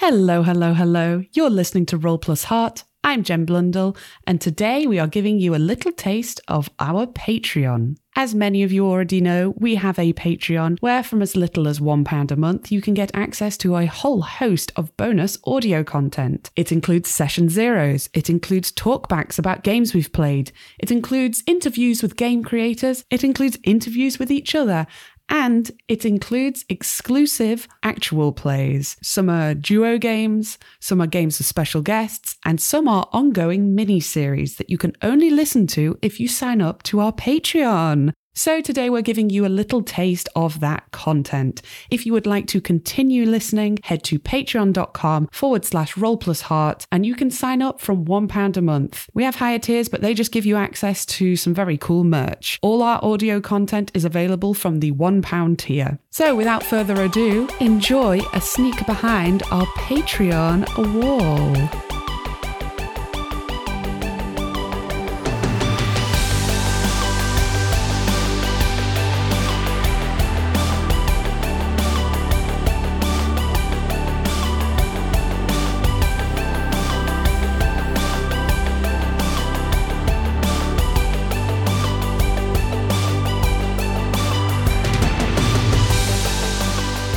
Hello, hello, hello. You're listening to Roll Plus Heart. I'm Jen Blundell, and today we are giving you a little taste of our Patreon. As many of you already know, we have a Patreon where, from as little as £1 a month, you can get access to a whole host of bonus audio content. It includes session zeros, it includes talkbacks about games we've played, it includes interviews with game creators, it includes interviews with each other, and it includes exclusive actual plays. Some are duo games, some are games with special guests, and some are ongoing mini series that you can only listen to if you sign up to our Patreon. So, today we're giving you a little taste of that content. If you would like to continue listening, head to patreon.com forward slash roll plus heart and you can sign up from £1 a month. We have higher tiers, but they just give you access to some very cool merch. All our audio content is available from the £1 tier. So, without further ado, enjoy a sneak behind our Patreon wall.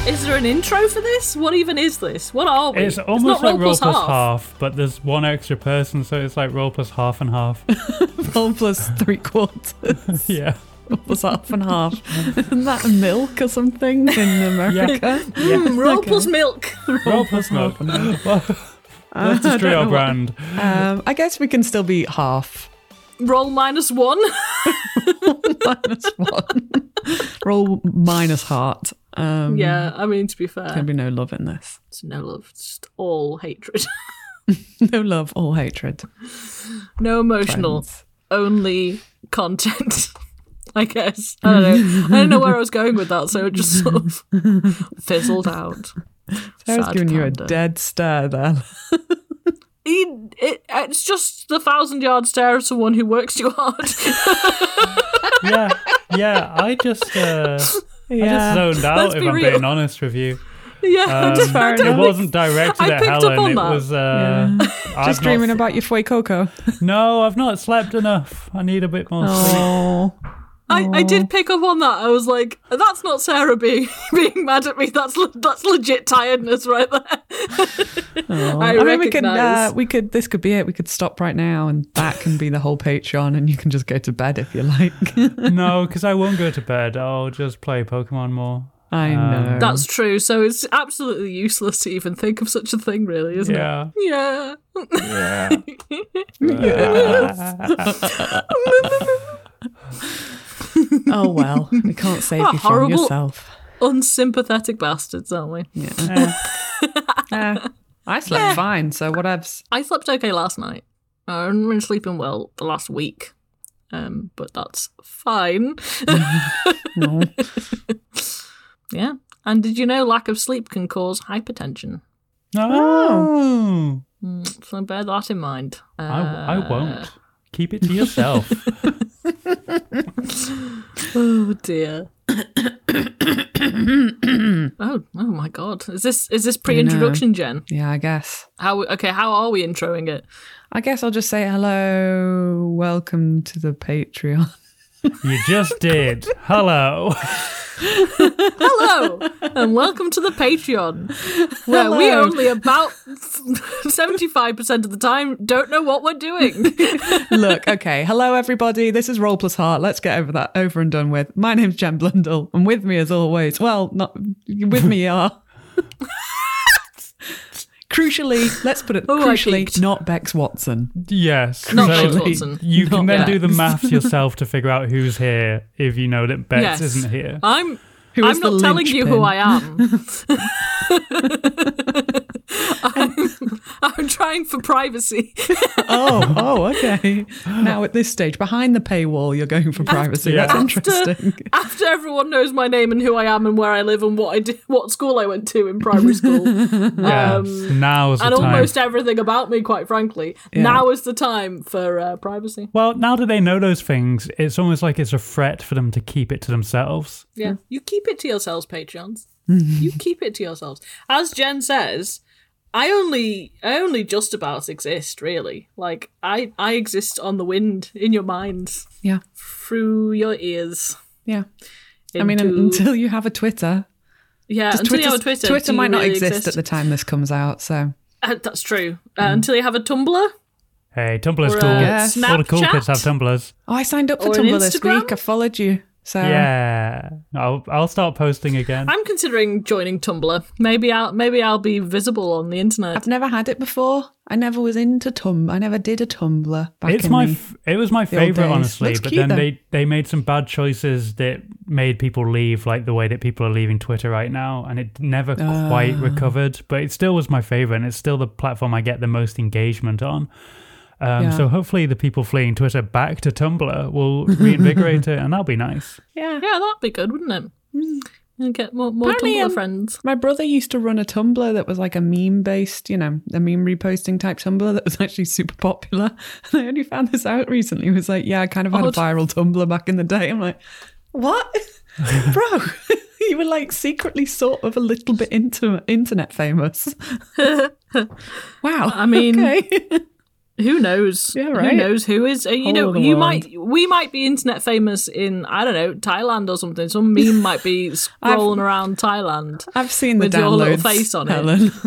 Is there an intro for this? What even is this? What are we? It's almost like roll plus half. half. but there's one extra person, so it's like roll plus half and half. One plus three quarters yeah. plus half and half. Isn't that milk or something in America? Mm, roll plus milk. Roll plus milk. Let's I destroy don't our know brand. Um, I guess we can still be half Roll minus one. minus one. Roll minus heart. Um, yeah, I mean to be There'll fair, be no love in this. it's no love, it's just all hatred, No love, all hatred. no emotional, Friends. only content. I guess I don't know. I don't know where I was going with that, so it just sort of fizzled out. Sarah's Sad giving you a panda. dead stare there. He, it, it's just the thousand yard stare of someone who works too hard. Yeah. Yeah. I just uh, I just zoned out Let's if be I'm real. being honest with you. yeah, I Um, just- I Uh, fair don't it enough. think- wasn't directed I at picked up Helen. on it that. was uh I've Just not dreaming s- about your foie coco. No, I've not slept enough. I need a bit more sleep. Oh. I, I did pick up on that. I was like, that's not Sarah being being mad at me. That's le- that's legit tiredness right there. I, I, mean, we could, recognise. uh, we could. This could be it. We could stop right now, and that can be the whole Patreon, and you can just go to bed if you like. No, because I won't go to bed. I'll just play Pokemon more. I know. That's true. So it's absolutely useless to even think of such a thing, really, isn't it? Yeah. Yeah. oh well, we can't save What a you from horrible- yourself. Unsympathetic bastards, aren't we? Eh, I slept fine, so whatevs. I slept okay last night. I haven't been sleeping well the last week, um, but that's fine. No. yeah. And did you know lack of sleep can cause hypertension? No. Mm, So bear that in mind. I, I Uh, won't. Keep it to yourself. Oh dear. oh, oh my god. Is this is this pre-introduction, Jen? Yeah, I guess. How okay, how are we introing it? I guess I'll just say hello, welcome to the Patreon. you just did. Hello. Hello and welcome to the Patreon. Where we Hello. only about 75% of the time don't know what we're doing. Look, okay, hello everybody. This is Roll Plus Heart. Let's get over that over and done with. My name's Jen Blundell, and with me as always, well, not with me are. Crucially, let's put it Oh, I crucially, peeked. not Bex Watson. Yes. Not so Bex Watson. You can Not then do the Bex. maths yourself to figure out who's here if you know that Bex Yes. isn't here. I'm Who I'm is the not telling you who linchpin? I am. I'm, I'm trying for privacy. Oh, oh, okay. Now at this stage, behind the paywall, you're going for privacy. Yeah. That's After- interesting. after everyone knows my name and who I am and where I live and what I did, what school I went to in primary school, Yes. Now's the Um, and time. almost everything about me, quite frankly. Now is the time for uh, privacy. well, now that they know those things, it's almost like it's a threat for them to keep it to themselves. Yeah, you keep it to yourselves, Patreons. you keep it to yourselves. As Jen says, I only I only just about exist really. Like I I exist on the wind in your minds Yeah. through your ears. Yeah. I mean, un- into- until you have a Twitter. yeah, 'Cause until you have a Twitter's- Twitter, Twitter do you might not really exist, at Mm. the time this comes out. So, Uh, that's true. Uh, Until you have a Tumblr, Hey, Tumblr's Or, uh, cool. Yes. All the cool Snapchat? kids have Tumblrs. oh, I signed up for Or an Tumblr this Instagram? week. I followed you. So, Yeah, I'll I'll start posting again. I'm considering joining Tumblr. Maybe I'll maybe I'll be visible on the internet. I've never had it before. I never was into Tumblr. I never did a Tumblr back it's in my the- f- it was my old favorite days. honestly, Looks but cute, then though. they they made some bad choices that made people leave like the way that people are leaving Twitter right now, and it never Ah. quite recovered. But it still was my favorite, and it's still the platform I get the most engagement on. Um, Yeah. So hopefully, the people fleeing Twitter back to Tumblr will reinvigorate it, and that'll be nice. yeah. Yeah, that'd be good, wouldn't it? And get more, more Hmm. Apparently, Tumblr um, friends. My brother used to run a Tumblr that was like a meme based, you know, a meme reposting type Tumblr that was actually super popular. And I only found this out recently. It was like, yeah, I kind of had a Odd. viral Tumblr back in the day. I'm like, what? Bro, you were like secretly sort of a little bit into internet famous. wow. I mean- okay. Who knows? Yeah, Who right. knows who is? uh, You All know, over the you world. might we might be internet famous in I don't know Thailand or something. Some meme might be scrolling around Thailand. I've seen the With downloads. your little face on it. Helen.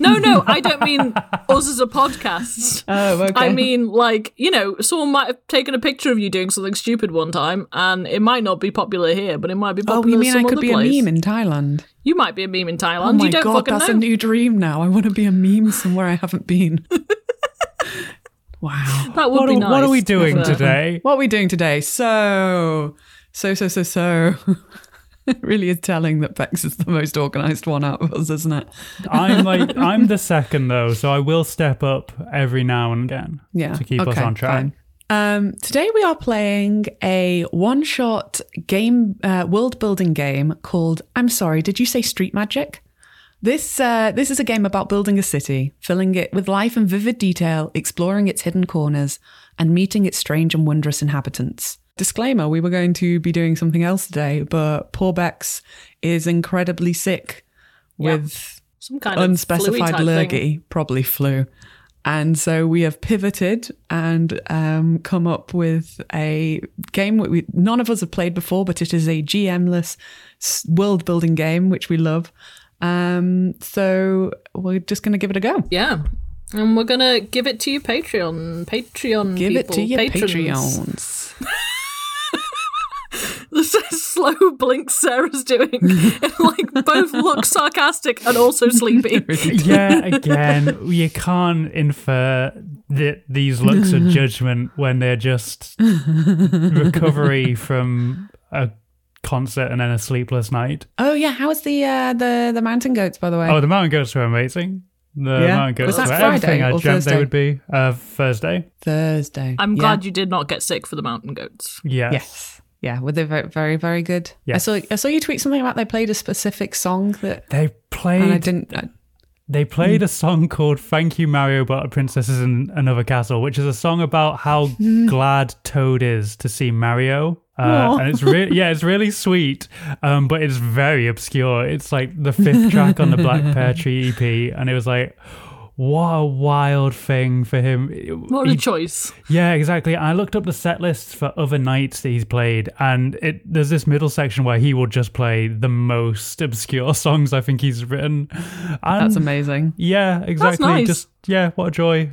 No, no, I don't mean us as a podcast. Oh, okay. I mean, like you know, someone might have taken a picture of you doing something stupid one time, and it might not be popular here, but it might be oh, popular. you mean I some could other be place. a meme in Thailand? You might be a meme in Thailand. Oh my you don't god, fucking that's know. a new dream now. I want to be a meme somewhere I haven't been. wow. that would What be are, nice. what are we doing but- today? What are we doing today? So, so, so, so, so. it really is telling that Bex is the most organised one out of us, isn't it? I'm like I'm the second though, so I will step up every now and again Yeah. to keep us Okay, on track. fine. Um, today we are playing a one-shot game, uh, world-building game called "I'm sorry, did you say Street Magic?" This uh, this is a game about building a city, filling it with life and vivid detail, exploring its hidden corners, and meeting its strange and wondrous inhabitants. Disclaimer: We were going to be doing something else today, but poor Bex is incredibly sick with Some kind of unspecified fluey type thing. lurgy, probably flu. And so we have pivoted and um, come up with a game that we, none of us have played before, but it is a GM-less world building game, which we love. Um, so we're just going to give it a go. Yeah. And we're gonna give it to your Patreon, Patreon. Give it people, to your patrons. Patreons. This is slow blink Sarah's doing. It like both looks sarcastic and also sleepy. yeah, again, you can't infer that these looks are judgment when they're just recovery from a concert and then a sleepless night. Oh yeah, how was the uh, the the mountain goats by the way? Oh, the mountain goats were amazing. The Yeah. mountain Was goats that were Friday everything I or dreamt Thursday? they would be. Uh, Thursday. Thursday. I'm Yeah. glad you did not get sick for the mountain goats. Yes. Yes. Yeah, were they very, very, very good? Yes. I saw I saw you tweet something about they played a specific song that They and I played didn't. I, They played a song called Thank You Mario But Princesses in Another Castle, which is a song about how glad Toad is to see Mario. Uh, and it's really yeah, it's really sweet, um, but it's very obscure. It's like the fifth track on the Black Pear Tree EP, and it was like, what a wild thing for him. What He a choice. yeah, exactly. I looked up the set lists for other nights that he's played, and it there's this middle section where he will just play the most obscure songs I think he's written. And that's amazing. yeah, exactly. nice. Just yeah, what a joy.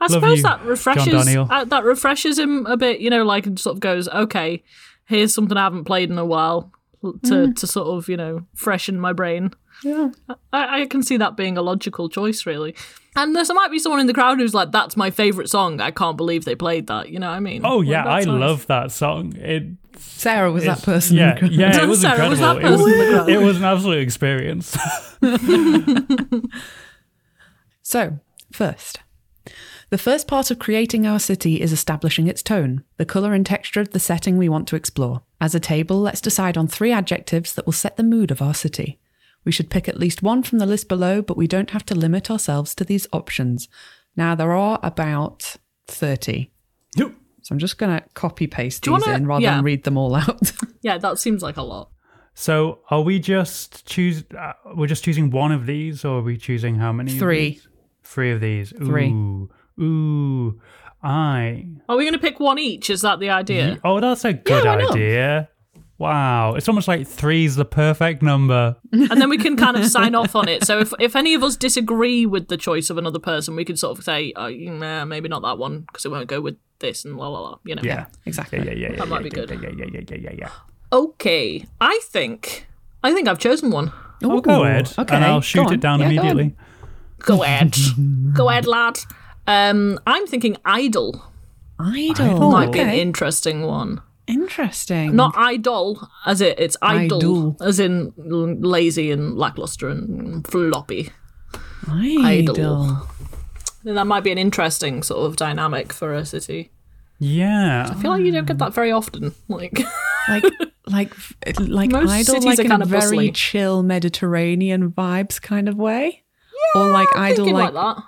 I Love suppose you, that John refreshes Daniel. uh, that refreshes him a bit, you know, like and sort of goes, okay, here's something I haven't played in a while l- to to sort of you know freshen my brain. Yeah. I, I can see that being a logical choice, really. And there's, there might be someone in the crowd who's like, "That's my favorite song. I can't believe they played that." You know what I mean? Oh yeah, Well, I that's nice. love that song. It Sarah was that it's- person. Yeah, yeah, it was Sarah was that incredible. person in It the was, crowd. it was an absolute experience. So, first, the first part of creating our city is establishing its tone, the colour and texture of the setting we want to explore. As a table, let's decide on three adjectives that will set the mood of our city. We should pick at least one from the list below, but we don't have to limit ourselves to these options. Now, there are about 30. Yep. So I'm just going to copy paste Do you these wanna- in rather yeah. than read them all out. Yeah, that seems like a lot. So are we just choose? Uh, we're just choosing one of these, or are we choosing how many? of Three. these? Three of these. Three. Ooh, ooh, I. Are we going to pick one each? Is that the idea? Oh, that's a good why not? idea. Wow, it's almost like three's the perfect number. and then we can kind of sign off on it. So if, if any of us disagree with the choice of another person, we can sort of say, oh, nah, maybe not that one because it won't go with this and la la la. You know. Yeah, exactly. yeah, yeah, yeah. yeah That yeah, might be yeah, good. Yeah, yeah, yeah, yeah, yeah, yeah. Okay, I think I think I've chosen one. I'll go Ed, okay, and go I'll shoot on. it down Yeah, go on. immediately. Go ahead, go ahead, lad. Um, I'm thinking idol Idol. might be an Oh, okay. interesting one. Interesting. Not idol as it, it's idle, Idol. as in l- lazy and lackluster and floppy. idol. idol. Then that might be an interesting sort of dynamic for a city. Yeah. I feel like you don't get that very often. Like, Like like like Most idol cities like are in kind a of very bustly. chill Mediterranean vibes kind of way. Yeah, or like idol thinking like, like that.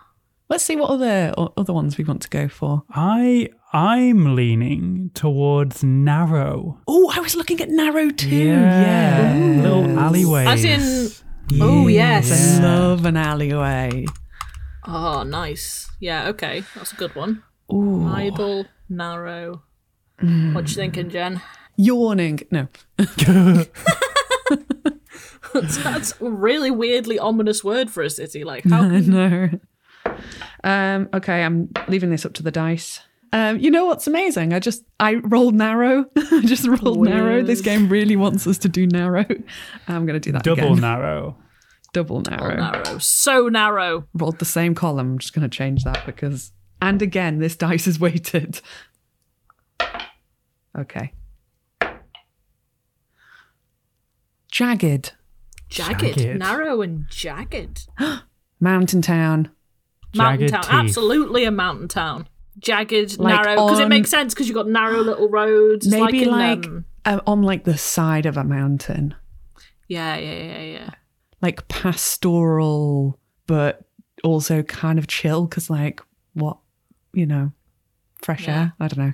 let's see what other o- other ones we want to go for. I I'm leaning towards narrow. Oh, I was looking at narrow too. Yeah. Little alleyways. As in- oh, yes. I Yeah. love an alleyway. Oh, nice. Yeah, okay. That's a good one. Ooh. Idle, narrow. What you Mm. thinking, Jen? Yawning. No. That's a really weirdly ominous word for a city. Like, how? no. Um, okay, I'm leaving this up to the dice. Um, you know what's amazing? I just I rolled narrow. I just rolled narrow. This game really wants us to do narrow. I'm gonna do that Double again. narrow. Double narrow. narrow. So narrow. Rolled the same column. I'm just gonna change that because and again this dice is weighted. Okay. Jagged Jagged. Jagged. Narrow and jagged. mountain town. Mountain Jagged town. teeth. Absolutely a mountain town. Jagged, Like narrow. Because it on- makes sense because you've got narrow little roads. It's Maybe in, like, um, uh, on like the side of a mountain. yeah, yeah, yeah, yeah. like pastoral but also kind of chill because like what you know fresh Yeah. air i don't know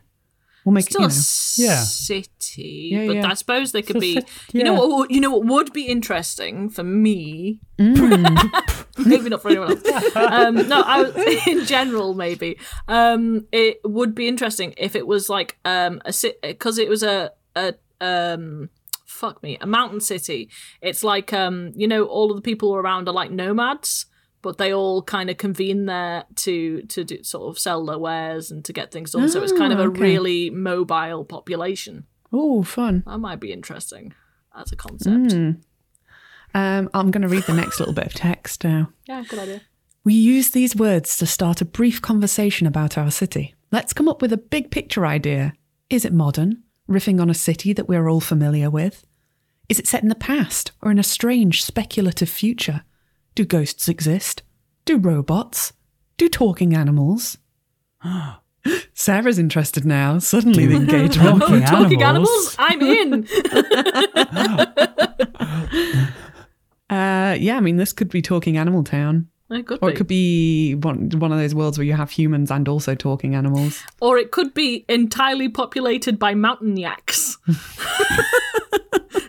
we'll make Still it a you know. Yeah. city, Yeah, but yeah. I suppose they could Still be. cit- You know yeah. what? would- You know what would be interesting for me. Mm. maybe not for anyone else. Um, no, I was, in general, maybe um, it would be interesting if it was like um, a because it was a a um, fuck me a mountain city. It's like um, you know all of the people around are like nomads. But they all kind of convene there to to do, sort of sell their wares and to get things done. so it's kind of Ah, a okay. really mobile population. oh fun That might be interesting as a concept. Hmm. um, i'm going to read the next little bit of text now Yeah, good idea. we use these words to start a brief conversation about our city let's come up with a big picture idea is it modern riffing on a city that we're all familiar with is it set in the past or in a strange speculative future do ghosts exist do robots do talking animals sarah's interested now suddenly the engagement Oh, talking animals? I'm in. uh, yeah i mean this could be talking animal town it could or be. it could be one, one of those worlds where you have humans and also talking animals or it could be entirely populated by mountain yaks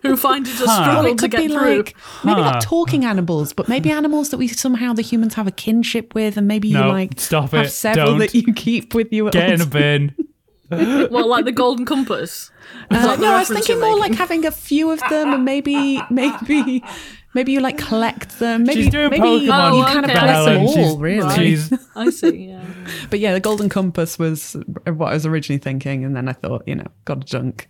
who find it a Well, struggle it to could get be through. like maybe Huh. not talking animals, but maybe animals that we somehow the humans have a kinship with, and maybe you No, like stop have it. several Don't. that you keep with you. At Get all in a times. bin. well, like the Golden Compass. Is Uh, that the no, I was reference thinking you're more like making? having a few of them, and maybe maybe maybe you like collect them. Maybe She's doing maybe oh, Pokemon. you kind of Oh, collect okay. them Helen, all, she's, really. She's, I see, yeah. But yeah, the Golden Compass was what I was originally thinking, and then I thought, you know, got to dunk.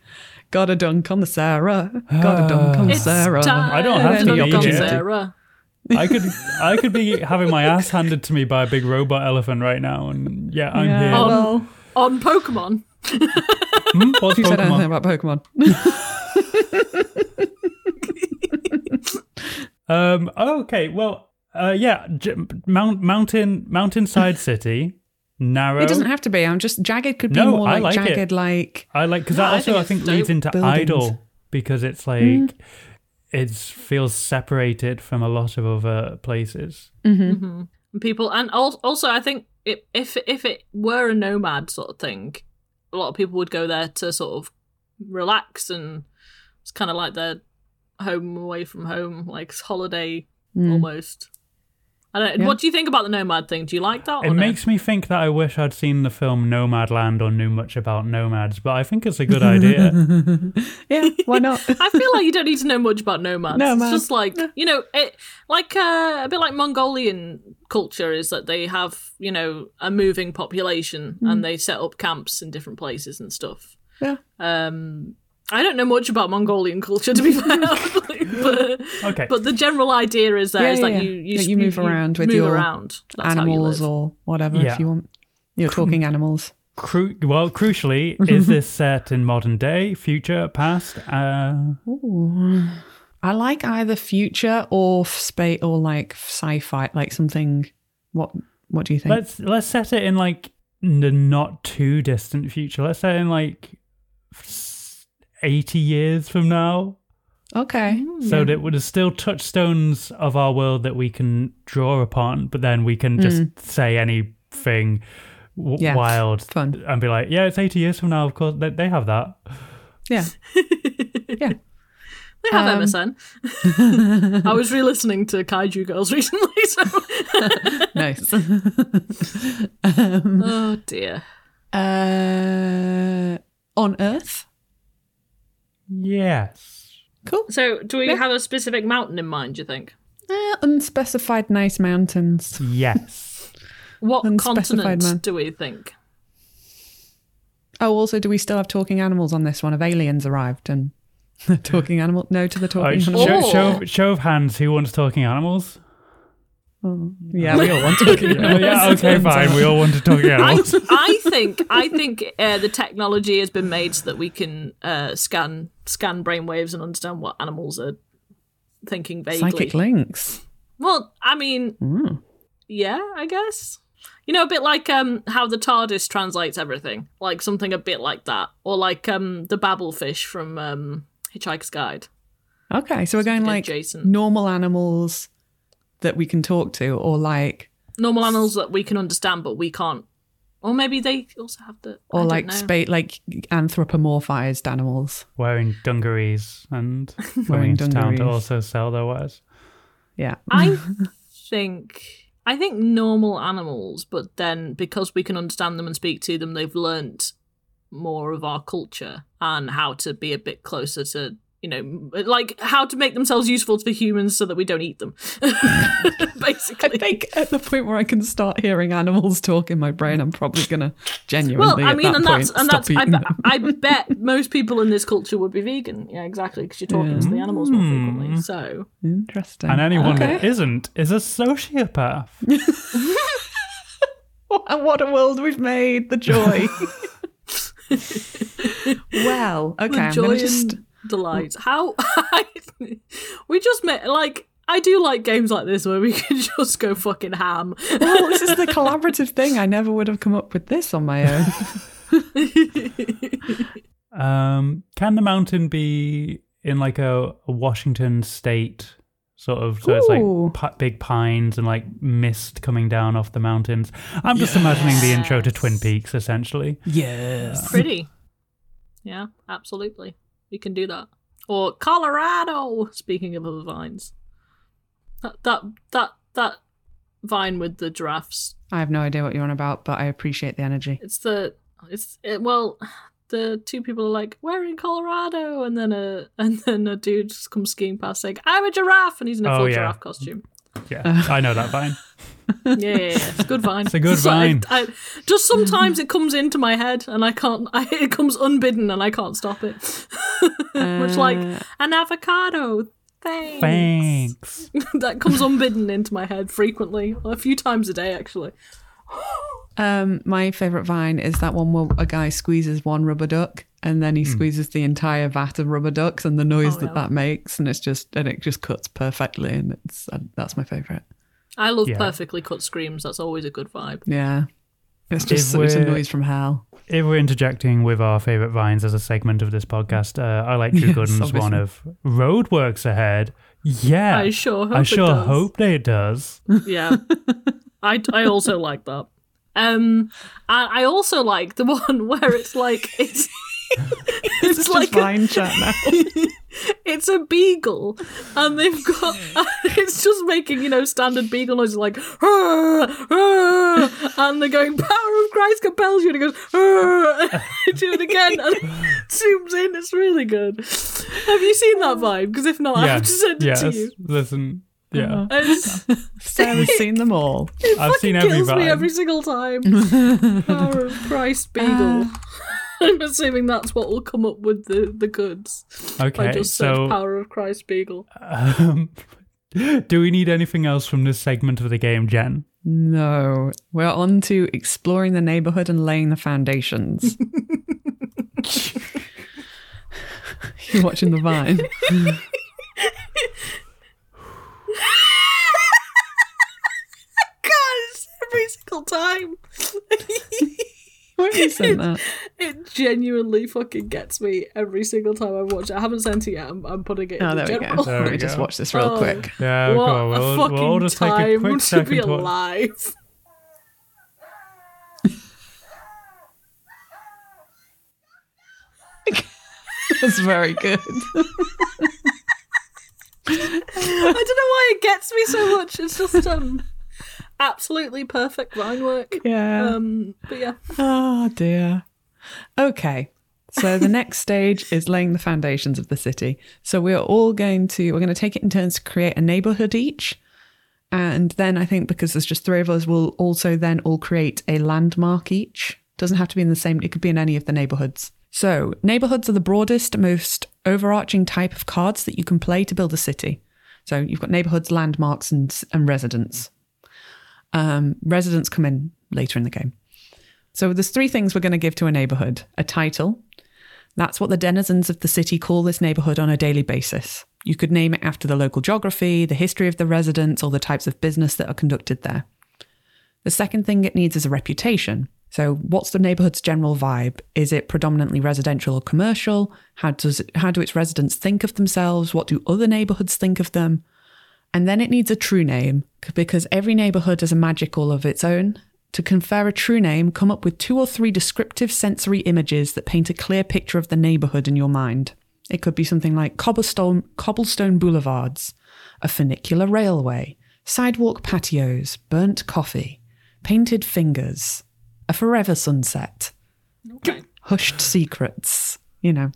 Got to dunk on the Sarah. Got to dunk on It's Sarah. time. Ah. I don't have to dunk eat on it. Sarah. I could I could be having my ass handed to me by a big robot elephant right now, and yeah, I'm Yeah, Oh, here. Um, well, On Pokemon. Hmm? What's who said anything Pokemon? about Pokemon? Um. Okay. Well. Uh. Yeah. J- mount, mountain. Mountainside city. Narrow. It doesn't have to be. I'm just jagged could be No, more I like, like it. jagged, like I like because that I also think I it's Mm. think leads dope. into Buildings. idol because it's like it's feels separated from a lot of other places. people Mm-hmm. and al- also i think it, if if it were a nomad sort of thing a lot of people would go there to sort of relax and it's kind of like their home away from home, like holiday almost. I don't. What do you think about the nomad thing? Do you like that? Or It no? makes me think that I wish I'd seen the film Nomadland or knew much about nomads, but I think it's a good idea. Yeah, why not? I feel like you don't need to know much about nomads. Nomad. It's just like you know, it like uh, a bit like Mongolian culture is that they have you know a moving population and they set up camps in different places and stuff. Yeah. Um, I don't know much about Mongolian culture to be fair, but, Okay. but the general idea is there Yeah, is yeah, yeah. that you you, That s- you move around with move your around. That's animals how you live. or whatever Yeah. if you want. You're talking animals. Cru- well, crucially, is this set in modern day, future, past? Uh, Ooh. I like either future or space or like sci-fi, like something. What What do you think? let's let's set it in like the not too distant future. Let's set it in like s- eighty years from now, okay. so that there's still touchstones of our world that we can draw upon, but then we can Hmm. just say anything w- Yeah. wild Fun. and be like, yeah, it's eighty years from now. Of course, they, they have that. Yeah. yeah. They um, have MSN. I was re-listening to Kaiju Girls recently, so Nice. oh dear. uh, on Earth. Yes. Cool. So, do we have a specific mountain in mind? Do you think? Uh, unspecified nice mountains. Yes. What Unspecified continent man. do we think? Oh, also, do we still have talking animals on this one? Have aliens arrived and the talking animal? No to the All right, talking sh- animal. show, Or- show, show of hands. Who wants talking animals? Yeah, we all want talking Oh, animals. yeah. Okay. Fine. We all want to talk I, animals. I think I think uh, the technology has been made so that we can uh, scan scan brainwaves and understand what animals are thinking vaguely. Psychic links. Mm. Well, I mean, yeah, I guess. You know, a bit like um, how the TARDIS translates everything, like something a bit like that, or like um, the babble fish from um, Hitchhiker's Guide. Okay, so we're going like Adjacent. normal animals that we can talk to, or like, Normal animals that we can understand, but we can't. Or maybe they also have the. I or don't like know. spa- like anthropomorphized animals. Wearing dungarees and Wearing going to town to dungarees. also sell their wares. Yeah, I think I think normal animals, but then because we can understand them and speak to them, they've learnt more of our culture and how to be a bit closer to you know like how to make themselves useful for humans so that we don't eat them I basically think at the point where I can start hearing animals talk in my brain, I'm probably gonna genuinely. well i at mean that and point, that's and stop that's I, eating be- them. I bet most people in this culture would be vegan yeah exactly because you're talking to the animals more frequently Mm. so Interesting. And anyone that Okay. isn't is a sociopath. And what a world we've made! The joy. well, okay, I'm joy gonna and just. delight. How we just met like I do like games like this where we can just go fucking ham. Well, Oh, this is the collaborative thing. I never would have come up with this on my own. Um, can the mountain be in like a, a Washington state sort of? So it's Ooh. like pi big pines and like mist coming down off the mountains. I'm just imagining the intro to Twin Peaks essentially. Yes. Pretty. Yeah, absolutely. We can do that. Or Colorado. Speaking of other vines, that that that that vine with the giraffes. I have no idea what you're on about, but I appreciate the energy. It's the it's it, well. The two people are like, "We're in Colorado," and then a and then a dude just comes skiing past saying, "I'm a giraffe," and he's in a Oh, full yeah. giraffe costume. Yeah, I know that vine. yeah, yeah, yeah. It's a good vine. It's a good vine. I, just sometimes it comes into my head and I can't. I, it comes unbidden and I can't stop it. Much like Uh, an avocado. Thanks. Uh, Thanks. that comes unbidden into my head frequently, a few times a day actually. Um, my favorite vine is that one where a guy squeezes one rubber duck and then he squeezes the entire vat of rubber ducks and the noise Oh, that that makes, and it's just and it just cuts perfectly, and it's uh, that's my favorite. I love Yeah. perfectly cut screams. That's always a good vibe. Yeah, it's If just such a we're- noise from hell. If we're interjecting with our favorite vines as a segment of this podcast, uh, I like Drew Yes, Gooden's one obviously. of Roadworks Ahead. Yeah. I sure hope I it sure does. hope that it does. Yeah, I I also like that. Um, I, I also like the one where it's like it's It's, It's like just Vine chat now. it's a beagle, and they've got it's just making you know standard beagle noises like "Rrr, rrr," and they're going power of Christ compels you, and it goes "Rrr," and do it again and it zooms in. It's really good. Have you seen that vibe? Because if not, I have to send it yes. to you. Uh-huh. Listen, yeah. It's, Sarah's seen them all. I've seen kills every me vibe. every single time. power of Christ beagle. I'm assuming that's what will come up with the the goods. If I Okay, just search so power of Christ beagle. um, do we need anything else from this segment of the game, Jen? No, we're on to exploring the neighborhood and laying the foundations. You're watching the vine. God, it's every single time. Where have you sent that? It genuinely fucking gets me every single time I watch it. I haven't sent it yet. I'm, I'm putting it Oh, in there we go. general. There Let we me just go. watch this real Oh. quick. Yeah, What go on, a we'll, fucking we'll just take time a quick to second be to watch- alive. That's very good. I don't know why it gets me so much. It's just um, absolutely perfect line work. Yeah. Um, but yeah, Oh dear. Okay. So the next stage is laying the foundations of the city. So we're all going to we're going to take it in turns to create a neighborhood each. And then I think because there's just three of us, we'll also then all create a landmark each. Doesn't have to be in the same, it could be in any of the neighborhoods. So, neighborhoods are the broadest, most overarching type of cards that you can play to build a city. So, you've got neighborhoods, landmarks, and, and residents. Um, residents come in later in the game. So there's three things we're going to give to a neighborhood a title. That's what the denizens of the city call this neighborhood on a daily basis. You could name it after the local geography, the history of the residents, or the types of business that are conducted there. The second thing it needs is a reputation. So, what's the neighborhood's general vibe? Is it predominantly residential or commercial? How does it, how do its residents think of themselves? What do other neighborhoods think of them? And then it needs a true name c- because every neighborhood has a magic all of its own. To confer a true name, come up with two or three descriptive sensory images that paint a clear picture of the neighborhood in your mind. It could be something like cobblestone, cobblestone boulevards, a funicular railway, sidewalk patios, burnt coffee, painted fingers, a forever sunset, okay. hushed secrets, you know,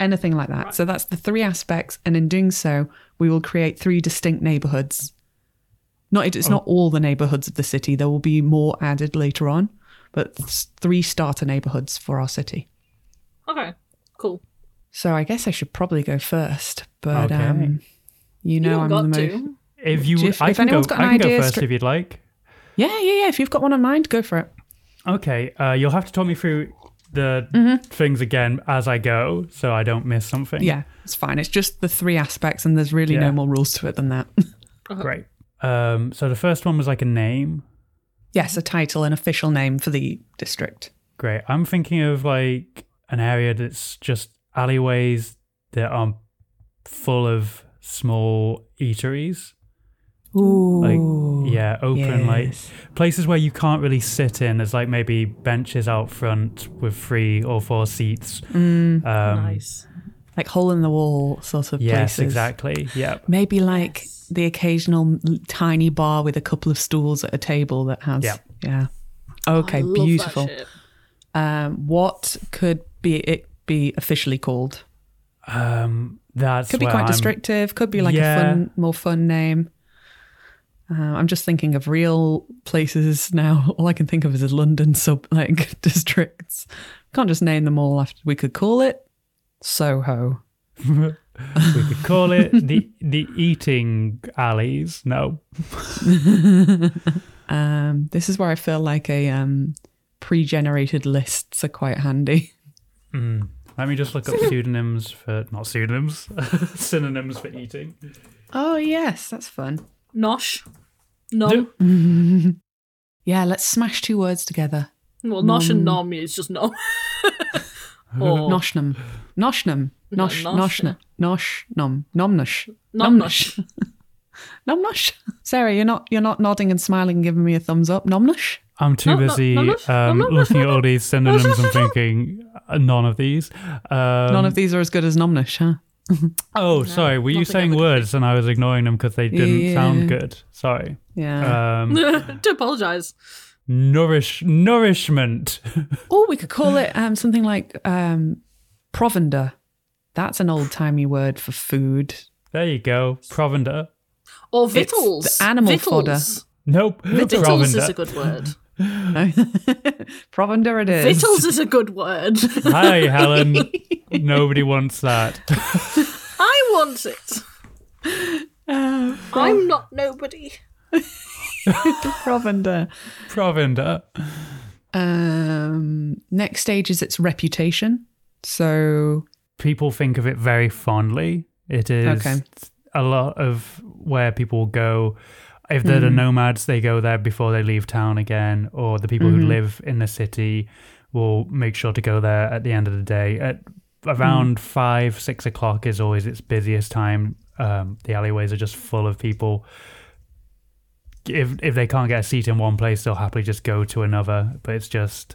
anything like that. So that's the three aspects. And in doing so, we will create three distinct neighborhoods. Not, it- it's not all the neighborhoods of the city, there will be more added later on, but th- three starter neighborhoods for our city. okay, cool. So I guess I should probably go first, but Okay. um, you know, you I'm got the most. to. If you, If- I if can go. anyone's got an I can go idea, first stra- if you'd like. Yeah, yeah, yeah. If you've got one in mind, go for it. Okay, uh, you'll have to talk me through the things again as I go, so I don't miss something. Mm-hmm. Yeah, it's fine. It's just the three aspects, and there's really Yeah. no more rules to it than that. great. Um, so the first one was like a name. yes, a title, an official name for the district. Great. I'm thinking of like an area that's just alleyways that are full of small eateries. Ooh. Like yeah, open yes. like places where you can't really sit in. There's like maybe benches out front with three or four Mm. seats. um, Nice. like hole in the wall sort of Yes, places. exactly. Yep. Maybe like the occasional l- tiny bar with a couple of stools at a table that has. Yeah. Yeah. Okay, Oh, I love that beautiful. shit. Um, what could be it be officially called? Um, that's Could be where quite I'm- descriptive. Could be like a fun, more fun name. Uh, I'm just thinking of real places now. All I can think of is London sub like districts. Can't just name them all after. We could call it Soho. We could call it the the eating alleys. No, Um, this is where I feel like a um, pre-generated lists are quite handy. let me just look up pseudonyms for not pseudonyms, synonyms for eating. Oh yes, that's fun. Nosh. Nom. Do- Yeah, let's smash two words together. Well, nosh and nom is just nom. or Noshnum, noshnum, No, Oh. nosh, nosh, noshna, nosh, nom, nomnush, nomnosh. nomnush. Sarah, you're not you're not nodding and smiling and giving me a thumbs up. Nomnush. I'm too No, no, busy no, no, no, um, no, no, looking no, at all these synonyms and thinking uh, none of these. Um, None of these are as good as Nomnish, huh? oh, sorry. Were you nothing saying ever did. words and I was ignoring them because they didn't sound Yeah. good? Sorry. Yeah. Um, to apologize. nourish nourishment. or we could call it um, something like um, provender. That's an old timey word for food. There you go. Provender. Or It's victuals. the animal Victuals. Nope. Victuals is a Provender. good word. No? provender it is. Victuals is a good word. Hi, Helen. Nobody wants that. I want it. I'm not nobody. Provender. Provender. Um, next stage is its reputation. So People think of it very fondly. It is Okay. a lot of where people go. If they're Mm. the nomads, they go there before they leave town again, or the people who Mm-hmm. live in the city will make sure to go there at the end of the day. At Mm. around five, six o'clock is always its busiest time. Um, the alleyways are just full of people. If if they can't get a seat in one place, they'll happily just go to another. But it's just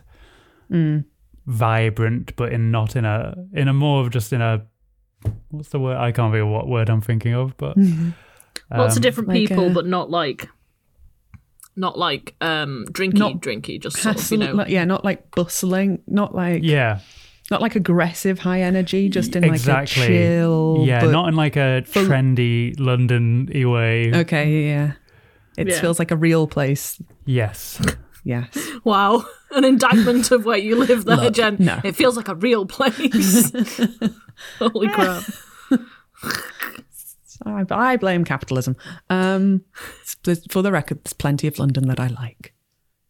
Mm. vibrant, but in not in a in a more of just in a what's the word? I can't think of what word I'm thinking of, but um, Lots of different um, like people, a- but not like, not like um drinky Not drinky. Just sort of, hassle, you know, like- yeah, not like bustling, not like yeah, not like aggressive high energy, just in exactly. like a chill. yeah, but- not in like a trendy London y way. okay. Yeah, yeah. it Yeah. feels like a real place. Yes, Yes. wow, an indictment of where you live there, Look, Jen. no. It feels like a real place. Holy crap! I, I blame capitalism. Um, s- there's- for the record, there's plenty of London that I like.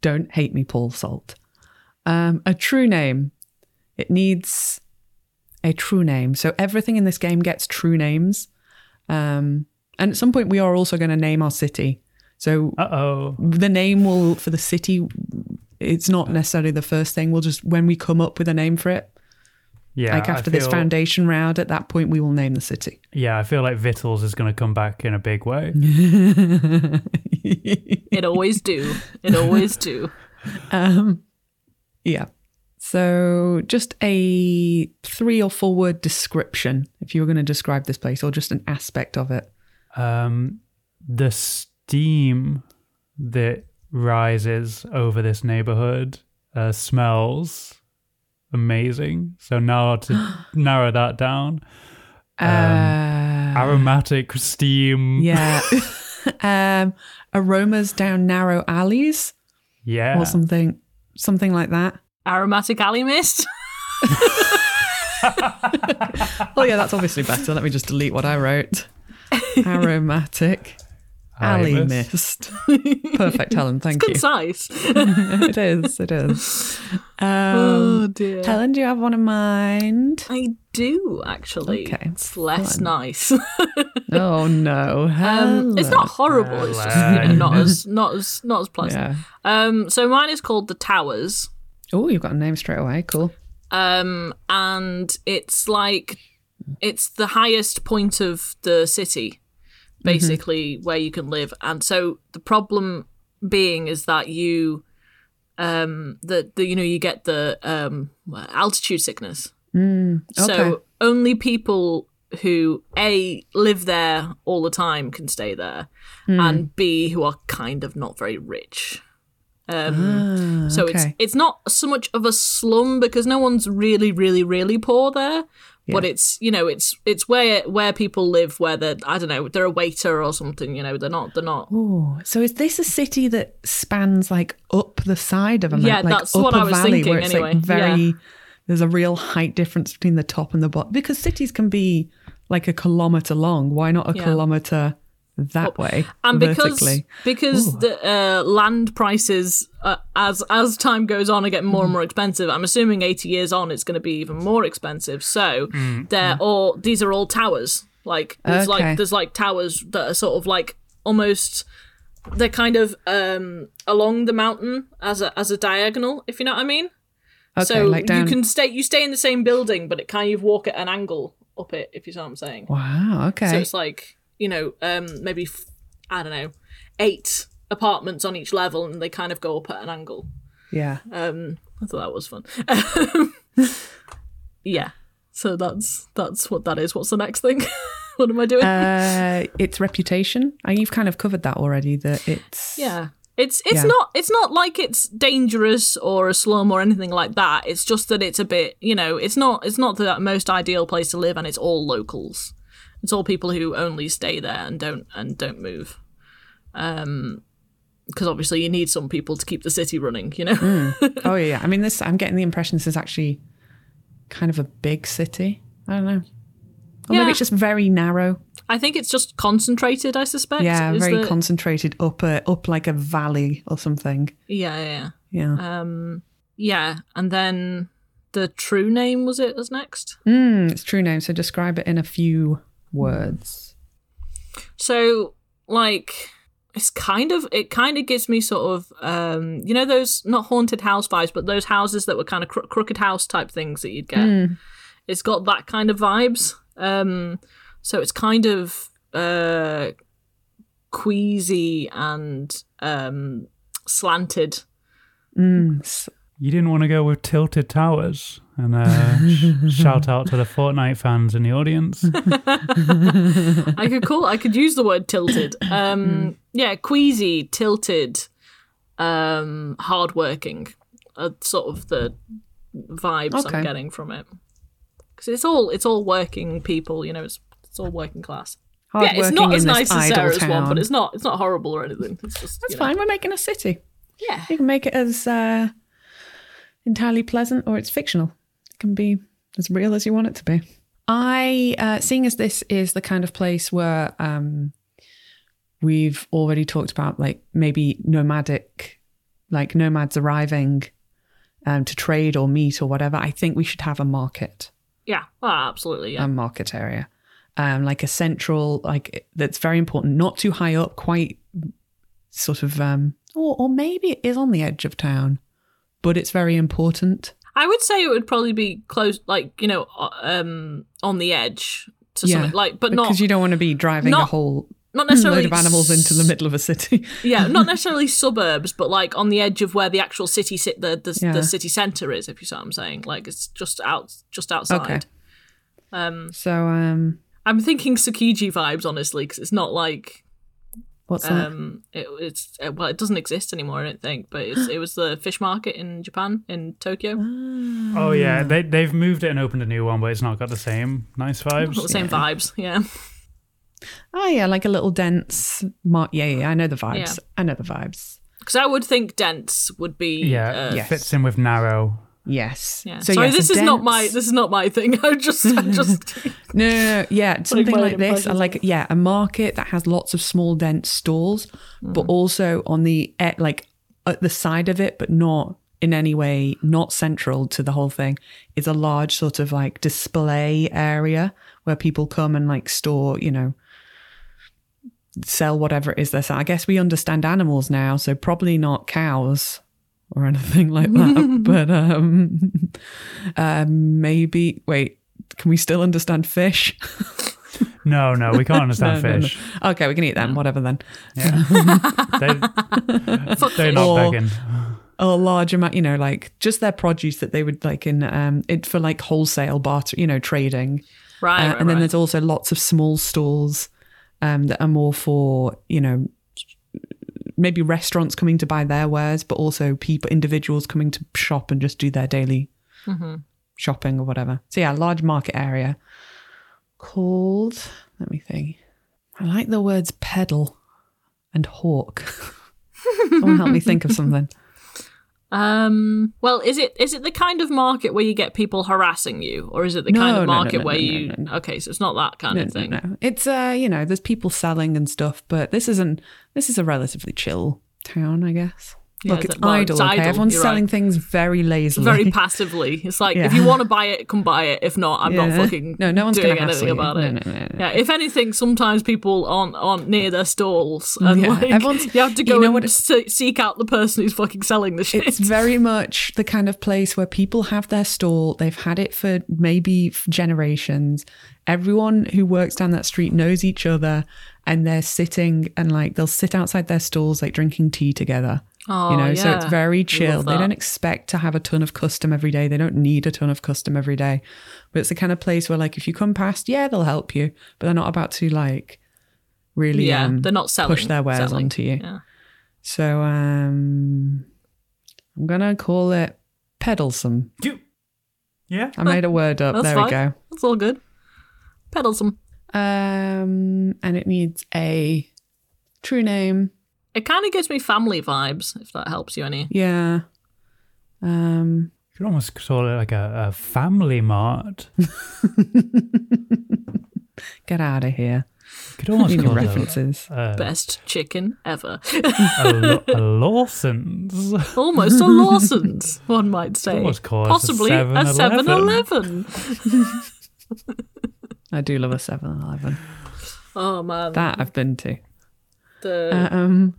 Don't hate me, Paul Salt. Um, a true name. It needs a true name. So everything in this game gets true names. Um, and at some point, we are also going to name our city. So uh oh. the name will for the city. It's not necessarily the first thing. We'll just when we come up with a name for it, Yeah, like I after this feel- foundation round, at that point we will name the city. Yeah, I feel like Vittles is going to come back in a big way. It always do. It always do. Um, yeah. So just a three or four word description, if you were going to describe this place, or just an aspect of it. Um, the steam that rises over this neighborhood uh, smells amazing. So now to narrow that down, Um. uh, aromatic steam. yeah. um, aromas down narrow alleys, yeah. or something, something like that. Aromatic alley mist. Oh yeah, that's obviously better. Let me just delete what I wrote. Aromatic alley Ibis. mist. Perfect, Helen. Thank you. Concise. It is. It is. Um, oh dear. Helen, do you have one in mind? I do actually. Okay, It's less fun. nice. Oh no, Um, it's not horrible. It's just you know, not as not as not as Yeah. pleasant. Um, so mine is called the Towers, Oh, you've got a name straight away. Cool. um, and it's like it's the highest point of the city, basically where you can live. And so the problem being is that you, um, the, the you know you get the um altitude sickness. okay. So only people who a live there all the time can stay there, and b who are kind of not very rich. Ah, Um, so it's okay. it's not so much of a slum because no one's really really really poor there. But it's you know it's it's where where people live where they're I don't know they're a waiter or something you know they're not they're not Oh, so is this a city that spans like up the side of a map? Yeah, like, that's up what a I was valley thinking Where it's anyway. like very. Yeah. There's a real height difference between the top and the bottom because cities can be like a kilometer long. Why not a Yeah. kilometer that way and because vertically? because the uh, land prices uh, as as time goes on are getting more Mm. and more expensive i'm assuming 80 years on it's going to be even more expensive so they're all these are all towers like there's Mm, Okay. like there's like towers that are sort of like almost they're kind of um along the mountain as a as a diagonal if you know what i mean Okay, so like down. you can stay you stay in the same building but it kind of walk at an angle up it if you see what i'm saying wow. Okay. so it's like, you know, um, maybe, f- I don't know, eight apartments on each level and they kind of go up at an angle. Yeah. Um, I thought that was fun. yeah. So that's that's what that is. What's the next thing? what am I doing? Uh, its reputation. And you've kind of covered that already. That it's yeah. It's it's yeah. not it's not like it's dangerous or a slum or anything like that. It's just that it's a bit, you know, it's not it's not the most ideal place to live and it's all locals. It's all people who only stay there and don't and don't move. Um because obviously you need some people to keep the city running, you know. Oh yeah. I mean, this. I'm getting the impression this is actually kind of a big city. I don't know. Or Yeah. maybe it's just very narrow. I think it's just concentrated, I suspect. Yeah, is very the- concentrated up a, up like a valley or something. Yeah, yeah, Yeah. yeah. Um yeah, and then the true name was it was next? Mm, it's true name. So describe it in a few words. So like it's kind of it kind of gives me sort of um you know those not haunted house vibes but those houses that were kind of cro- crooked house type things that you'd get. It's got that kind of vibes. Um so it's kind of uh queasy and um slanted. Mm, s- You didn't want to go with tilted towers. And uh, sh- shout out to the Fortnite fans in the audience. I could call I could use the word tilted. Hmm. Um yeah, queasy, tilted, um hardworking. Are sort of the vibes Okay. I'm getting from it. Cuz it's all it's all working people, you know, it's it's all working class. hard yeah, it's not working as in this nice as idle Sarah's one, town. but it's not it's not horrible or anything. It's just That's you know. fine. We're making a city. Yeah. You can make it as uh, entirely pleasant or it's fictional. It can be as real as you want it to be. I, uh, seeing as this is the kind of place where um, we've already talked about, like maybe nomadic, like nomads arriving um, to trade or meet or whatever, I think we should have a market Yeah. Oh, absolutely. Yeah. and market area, um, like a central, like that's very important, not too high up, quite sort of, um, or, or maybe it is on the edge of town, but it's very important. I would say it would probably be close like, you know, uh, um on the edge to Yeah, something like but not because you don't want to be driving a not whole not necessarily load of animals into the middle of a city. yeah, not necessarily suburbs, but like on the edge of where the actual city sit the the, Yeah. the city center is. If you see what I'm saying, like it's just out just outside. Okay. Um, so, um, I'm thinking Tsukiji vibes, honestly, because it's not like what's that? um, it, it's uh, well, it doesn't exist anymore, I don't think. But it's, it was the fish market in Japan in Tokyo. Oh, yeah. They, they've moved it and opened a new one, but it's not got the same nice Not the vibes. same vibes, yeah. Oh yeah, like a little dense mark. Yeah, yeah, I know the vibes. I know the vibes. Because I would think dense would be Yeah, uh, it yes. fits in with narrow. Yes. yeah. Sorry, yes, a this is not my dense- this is not my thing. I just I just No, no, no, yeah, something my like this. I impressions like yeah, a market that has lots of small dense stalls, but also on the eh, like at the side of it, but not in any way not central to the whole thing, is a large sort of like display area where people come and like store, you know, sell whatever it is they're selling. I guess we understand animals now, so probably not cows or anything like that. but um, uh, maybe wait, can we still understand fish? No, no, we can't understand No, no, no. fish. Okay, we can eat them. Whatever then. fuck They, are fish. not Or- begging. A large amount, you know, like just their produce that they would like in um, it for like wholesale barter, you know, trading. right, Uh, right, and then right. there's also lots of small stalls um, that are more for you know maybe restaurants coming to buy their wares, but also people individuals coming to shop and just do their daily Mm-hmm. shopping or whatever. So yeah, large market area called. Let me think. I like the words pedal and hawk. Someone help me think of something. Um. Well, is it is it the kind of market where you get people harassing you, or is it the No, kind no, of no, market no, where no, you? no, no, Okay, so it's not that kind No, of no, thing. no. It's uh, you know, there's people selling and stuff, but this isn't. This is a relatively chill town, I guess. Yeah, Look, it's that- well, idle. it's okay, idle, everyone's you're selling right. things very lazily. Very passively. It's like if Yeah. you want to buy it, come buy it. If not, I'm not Yeah. fucking No, no one's doing gonna hassle anything you. about No, it. no, no, no. Yeah. If anything, sometimes people aren't aren't near their stalls, and Yeah, like everyone's- you have to you go know and what it- se- seek out the person who's fucking selling the shit. It's very much the kind of place where people have their stall. They've had it for maybe f- generations. Everyone who works down that street knows each other, and they're sitting and like they'll sit outside their stalls like drinking tea together. Oh, you know, so it's yeah. very Love chill. They that. don't expect to have a ton of custom every day. They don't need a ton of custom every day. But it's the kind of place where like if you come past, yeah, they'll help you, but they're not about to like really yeah, um, they're not selling. push their wares selling. onto you. Yeah. So um I'm gonna call it pedalsome. You- yeah. I made a word up. That's there fine. we go. That's all good. Pedals them. Um, and it needs a true name. It kind of gives me family vibes, if that helps you any. Yeah. Um, You could almost call it like a, a family mart. You get out of here. could almost In your call it references. a, Best chicken ever. a, Lo- a Lawson's. Almost a Lawson's, one might say. Almost call it a Possibly a 7-Eleven. 7 Eleven. I do love a 7-Eleven. Oh, man. That I've been to. the Um,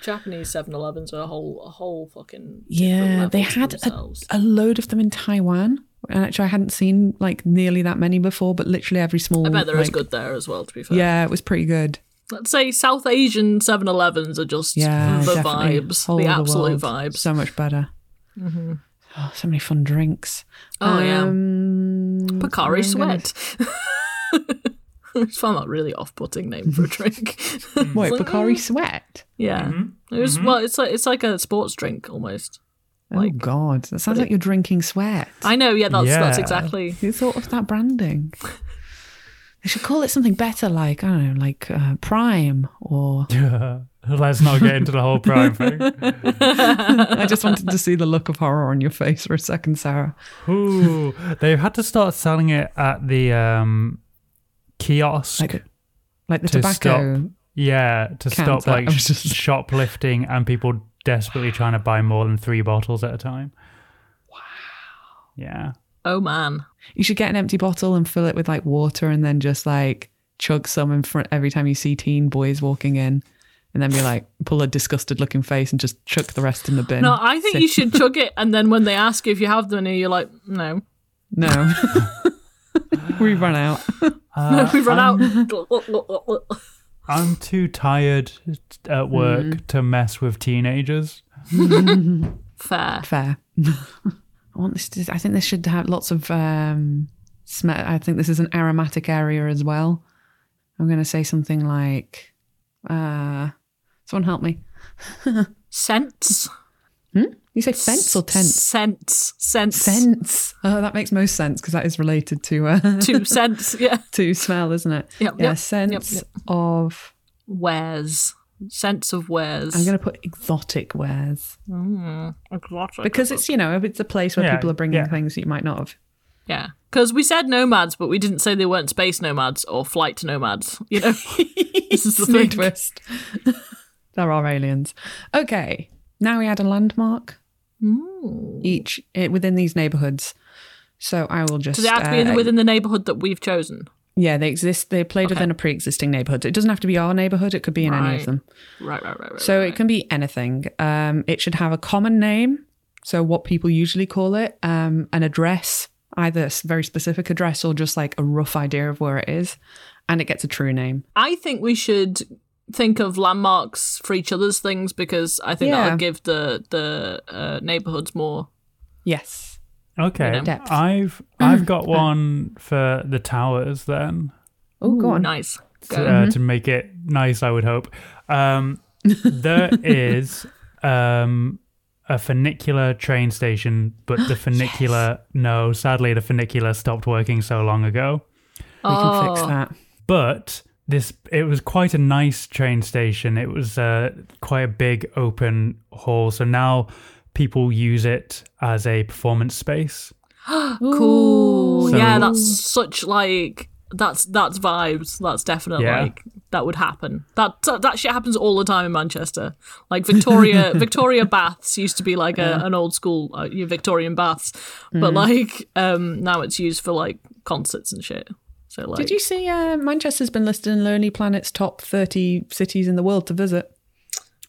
Japanese 7 Elevens are a whole, a whole fucking. different yeah, level they to had a, themselves. a load of them in Taiwan. And actually, I hadn't seen like nearly that many before, but literally every small. I bet they're as like- good there as well, to be fair. Oh Yeah, it was pretty good. Let's say South Asian 7 Elevens are just Yeah, the definitely. vibes, Whole the other world. absolute vibes. So much better. Oh, so many fun drinks. Oh, yeah. um, Picari I'm gonna- Sweat. It's found that really off-putting name for a drink. Wait, It's like, Picari mm, Sweat? Yeah, Mm-hmm. it was well. It's like it's like a sports drink almost. Like- oh God, that sounds like you're drinking sweat. I know. Yeah, that's that's Yeah. exactly. Who thought of that branding? They should call it something better, like I don't know, like uh, Prime, or Let's not get into the whole prime thing. I just wanted to see the look of horror on your face for a second, Sarah. Ooh, they've had to start selling it at the um, kiosk. Like, like the To tobacco. yeah, to stop Cancer. like I sh- was just- shoplifting and people desperately trying to buy more than three bottles at a time. Wow. Yeah. Oh man, You should get an empty bottle and fill it with like water, and then just like chug some in front every time you see teen boys walking in, and then be like, pull a disgusted-looking face and just chuck the rest in the bin. no, I think Sick. you should chug it, and then when they ask you if you have them, and you're like, no, No. we run out. Uh, no, we've run um, out. I'm too tired at work to mess with teenagers. Fair. Fair. I want this. To, I think this should have lots of um, smell. I think this is an aromatic area as well. I'm going to say something like, uh, "Someone help me." Sense. You say fence or tense? Sense. Sense. Sense. Oh, that makes most sense because that is related to uh, Two cents. Yeah. to smell, isn't it? Yep, yeah, yep, sense yep, of. Wares. Sense of wares. I'm going to put exotic wares Mm, exotic. because it's you know it's a place where Yeah, people are bringing yeah. things that you might not have. Yeah. Because we said nomads, but we didn't say they weren't space nomads or flight nomads. You know, this is the New thing. twist. there are aliens. Okay, now we add a landmark each eh, within these neighborhoods. So I will just. Does it have to be in, uh, within the neighborhood that we've chosen? Yeah, they exist. They're played Okay. within a pre-existing neighborhood. It doesn't have to be our neighborhood. It could be in any Right. of them. Right, right, right, right. So right. it can be anything. Um, it should have a common name. So what people usually call it, um, an address, either a s- very specific address or just like a rough idea of where it is, and it gets a true name. I think we should think of landmarks for each other's things because I think that Yeah. would give the the uh, neighborhoods more. Yes. Okay. Depth. I've I've got one for the towers then. Oh, go on. Nice. to, Go. uh, to make it nice, I would hope. Um, there is um, a funicular train station, but the funicular, no, sadly, the funicular stopped working so long ago. We can fix Oh. that. But this, it was quite a nice train station. It was uh, quite a big open hall. So now people use it as a performance space. Cool. So- yeah, that's such like that's that's vibes. That's definitely Yeah. like that would happen. That, that that shit happens all the time in Manchester. Like Victoria Victoria baths used to be like a, an old school uh, your Victorian baths, Mm. but like um now it's used for like concerts and shit. So like Did you see uh, Manchester's been listed in Lonely Planet's top 30 cities in the world to visit?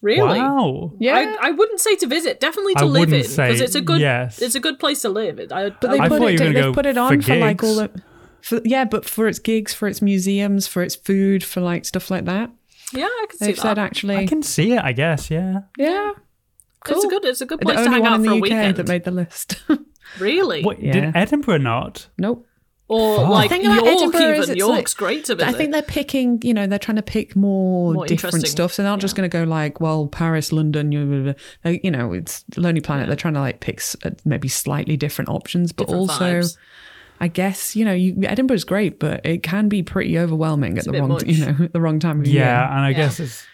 really? Wow. Yeah. I, I wouldn't say to visit, definitely to I live in wouldn't say because it's a good yes. it's a good place to live. It, I, But they I- thought put you it, were they gonna go put it for on for, like gigs. all the. For, yeah, but for its gigs, for its museums, for its food, for like stuff like that. Yeah, I can see They've that. said actually, I can see it, I guess. Yeah. yeah, cool. It's a good. It's a good the place to only hang one out in for the a UK weekend. that made the list. really, What Yeah. did Edinburgh not? nope. or Fuck. like The thing York. about Edinburgh is Even it's York's like- great to I visit. think they're picking, you know, they're trying to pick more, More different interesting, stuff. So they're not just going to go like, well, Paris, London, you, blah, blah, blah. Like, you know, it's Lonely Planet. They're trying to like pick s- uh, maybe slightly different options, but Different also, vibes. I guess, you know, you, Edinburgh's great, but it can be pretty overwhelming at a the bit wrong, much. you know, at the wrong time of Yeah, year and I guess it's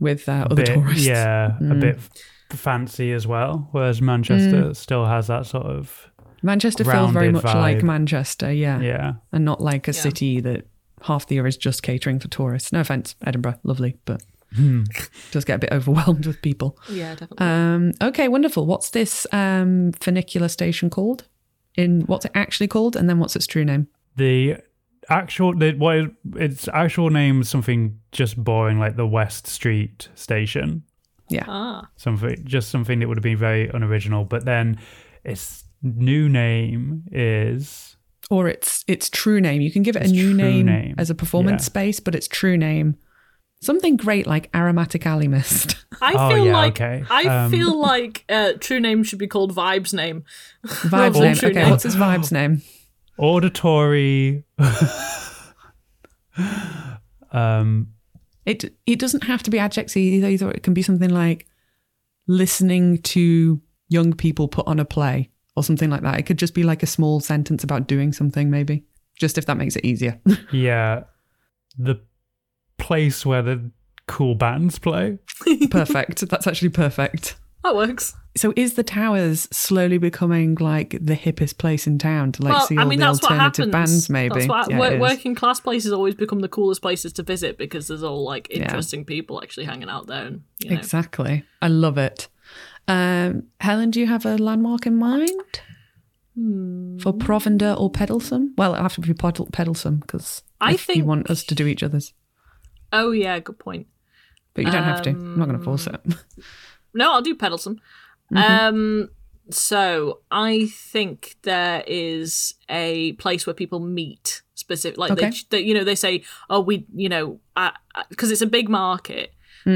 with uh, a other bit, tourists. Mm. yeah, a bit f- fancy as well. Whereas Manchester still has that sort of Manchester feels very Grounded much like vibe. Manchester, yeah, yeah. and not like a Yeah. city that half the year is just catering for tourists. No offense, Edinburgh, lovely, but Hmm. does get a bit overwhelmed with people. yeah, definitely. Um, okay, wonderful. What's this um, funicular station called? In what's it actually called, and then what's its true name? the actual the, what it- its actual name is something just boring like the West Street station ah, something just something that would have been very unoriginal but then its new name is Or its its true name. You can give it Its a new true name, name, as a performance yeah. space, but its true name. Something great like aromatic alley mist. I Oh, feel yeah, like okay. I Um, feel like uh, true name should be called Vibes name. Vibes Or name. true Okay, name. what's its vibes name? auditory um It it doesn't have to be adjectives either. either. It can be something like listening to young people put on a play or something like that. It could just be like a small sentence about doing something, maybe. Just if that makes it easier. yeah the place where the cool bands play perfect. That's actually perfect. That works. So is the towers slowly becoming like the hippest place in town to like well, see all I mean, the that's what alternative happens. bands? Maybe That's what, Yeah, wor- it is. working class places always become the coolest places to visit because there's all like interesting people actually hanging out there. And, you know. exactly. I love it. Um, Helen, do you have a landmark in mind Hmm. for Mm-hmm. Provender or Pedalsome? Well, it'll have to be Pedal- Pedalsome because I you think- want us to do each other's, Oh yeah, good point. but you don't have to. I'm not going to Um, force it. No, I'll do Pedalsome. Mm-hmm. Um, so I think there is a place where people meet specific, like Okay. they, they, you know, they say, oh, we, you know, because it's a big market.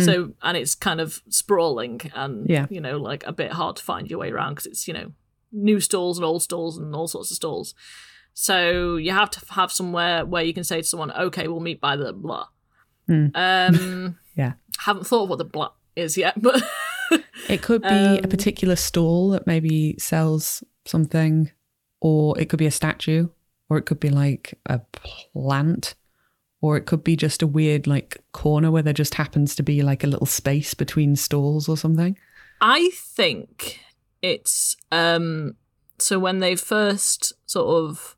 So and it's kind of sprawling and Mm. Yeah. you know like a bit hard to find your way around because it's you know new stalls and old stalls and all sorts of stalls. So you have to have somewhere where you can say to someone, okay, we'll meet by the blah. Um, Hmm. Yeah. haven't thought of what the blah is yet, but It could be a um, particular stall that maybe sells something, or it could be a statue, or it could be like a plant, or it could be just a weird like corner where there just happens to be like a little space between stalls or something. I think it's um so when they first sort of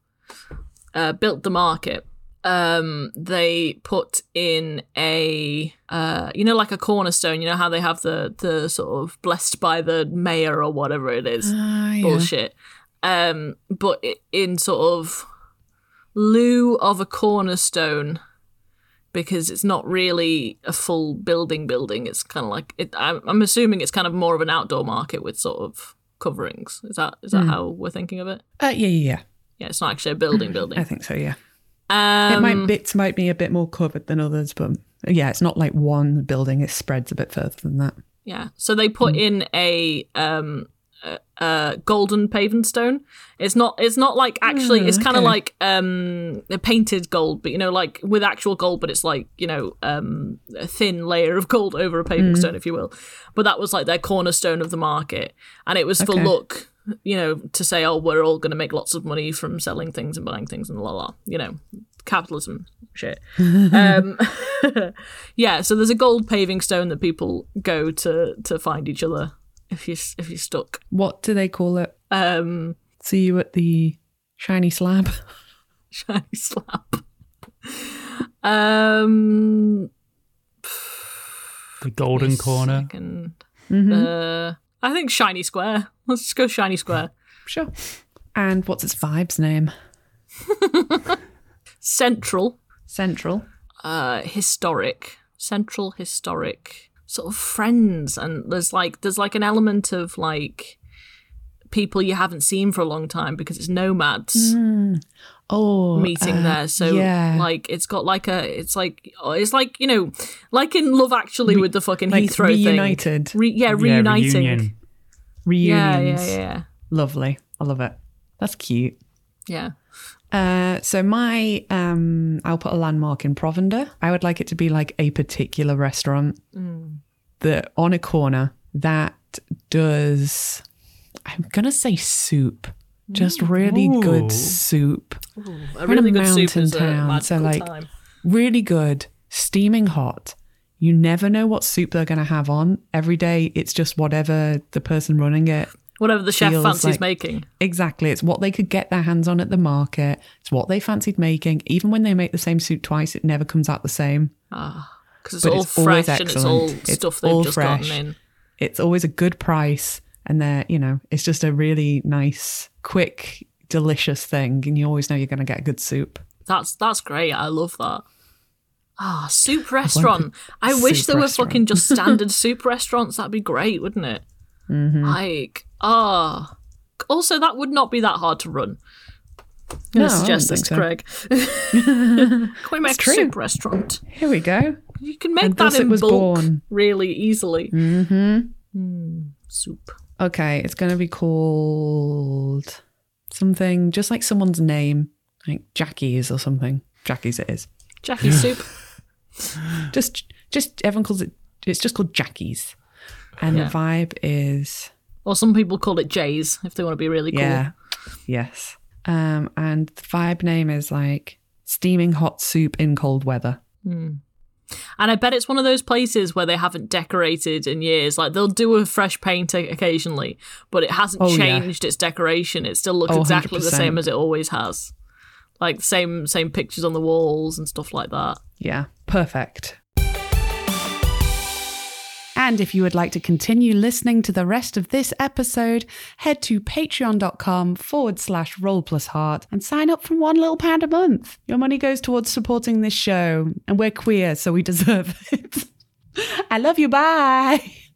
uh, built the market, um they put in a uh you know like a cornerstone, you know how they have the the sort of blessed by the mayor or whatever it is Ah, bullshit. Um but i in sort of lieu of a cornerstone because it's not really a full building building it's kind of like it, I'm, I'm assuming it's kind of more of an outdoor market with sort of coverings is that is that how we're thinking of it Uh, yeah, yeah, yeah. yeah it's not actually a building building I think so. Yeah, um, it might bits might be a bit more covered than others, but yeah, it's not like one building. It spreads a bit further than that. yeah so they put in a um a, a uh, golden paving stone it's not it's not like actually it's kind of Hmm, okay. like um a painted gold but you know like with actual gold but it's like you know um a thin layer of gold over a paving Hmm. stone if you will but that was like their cornerstone of the market and it was for Okay. look you know to say oh we're all going to make lots of money from selling things and buying things and la la you know capitalism shit um yeah so there's a gold paving stone that people go to to find each other if you if you're stuck What do they call it? um See you at the shiny slab. shiny slap um the golden corner second. Mm-hmm. Uh, i think shiny square let's just go shiny square Sure. And what's its vibes name? central Central. uh historic central historic sort of friends and there's like there's like an element of like people you haven't seen for a long time because it's nomads Oh, meeting Mm. uh, there. So yeah. like it's got like a it's like oh, it's like you know like in Love Actually with the fucking like Heathrow reunited. thing. Re- yeah, Yeah, reuniting. reunion. yeah, reunions. yeah, yeah, Lovely. I love it. That's cute. yeah. Uh, so my, um, I'll put a landmark in Provender. I would like it to be like a particular restaurant that on a corner that does. I'm gonna say soup, just really Ooh. good soup, A We're in a really good soup mountain is a town, magical so, like- time. really good, steaming hot. You never know what soup they're gonna have on. Every day, it's just whatever the person running it Whatever the chef feels fancies like- making. Exactly. It's what they could get their hands on at the market. It's what they fancied making. Even when they make the same suit twice, it never comes out the same. Because it's but all it's always fresh and it's all excellent. It's stuff they've all just fresh. gotten in. It's always a good price. And they're, you know, it's just a really nice, quick, delicious thing. And you always know you're going to get a good soup. That's that's great. I love that. Ah, soup restaurant. I wish soup there were restaurant. fucking just standard soup restaurants. That'd be great, wouldn't it? Mm-hmm. Like, ah. Also, that would not be that hard to run. I'm No, I going to suggest don't this to think so. Craig. Can we make a true. soup restaurant? Here we go. You can make And that thus in it was bulk born. really easily. Mm-hmm. soup. Okay. It's going to be called something just like someone's name, like Jackie's or something. Jackie's it is. Jackie soup. Just, just everyone calls it, it's just called Jackie's. And Yeah. the vibe is Or some people call it Jay's if they want to be really cool. Yeah. Yes. Um, and the vibe name is like steaming hot soup in cold weather. And I bet it's one of those places where they haven't decorated in years. Like they'll do a fresh paint o- occasionally, but it hasn't Oh, yeah. changed its decoration. It still looks Oh, exactly the 100%. same as it always has. Like the same same pictures on the walls and stuff like that. Yeah. Perfect. And if you would like to continue listening to the rest of this episode, head to patreon.com forward slash roll plus heart and sign up for one little pound a month. Your money goes towards supporting this show, and we're queer, so we deserve it. I love you. Bye.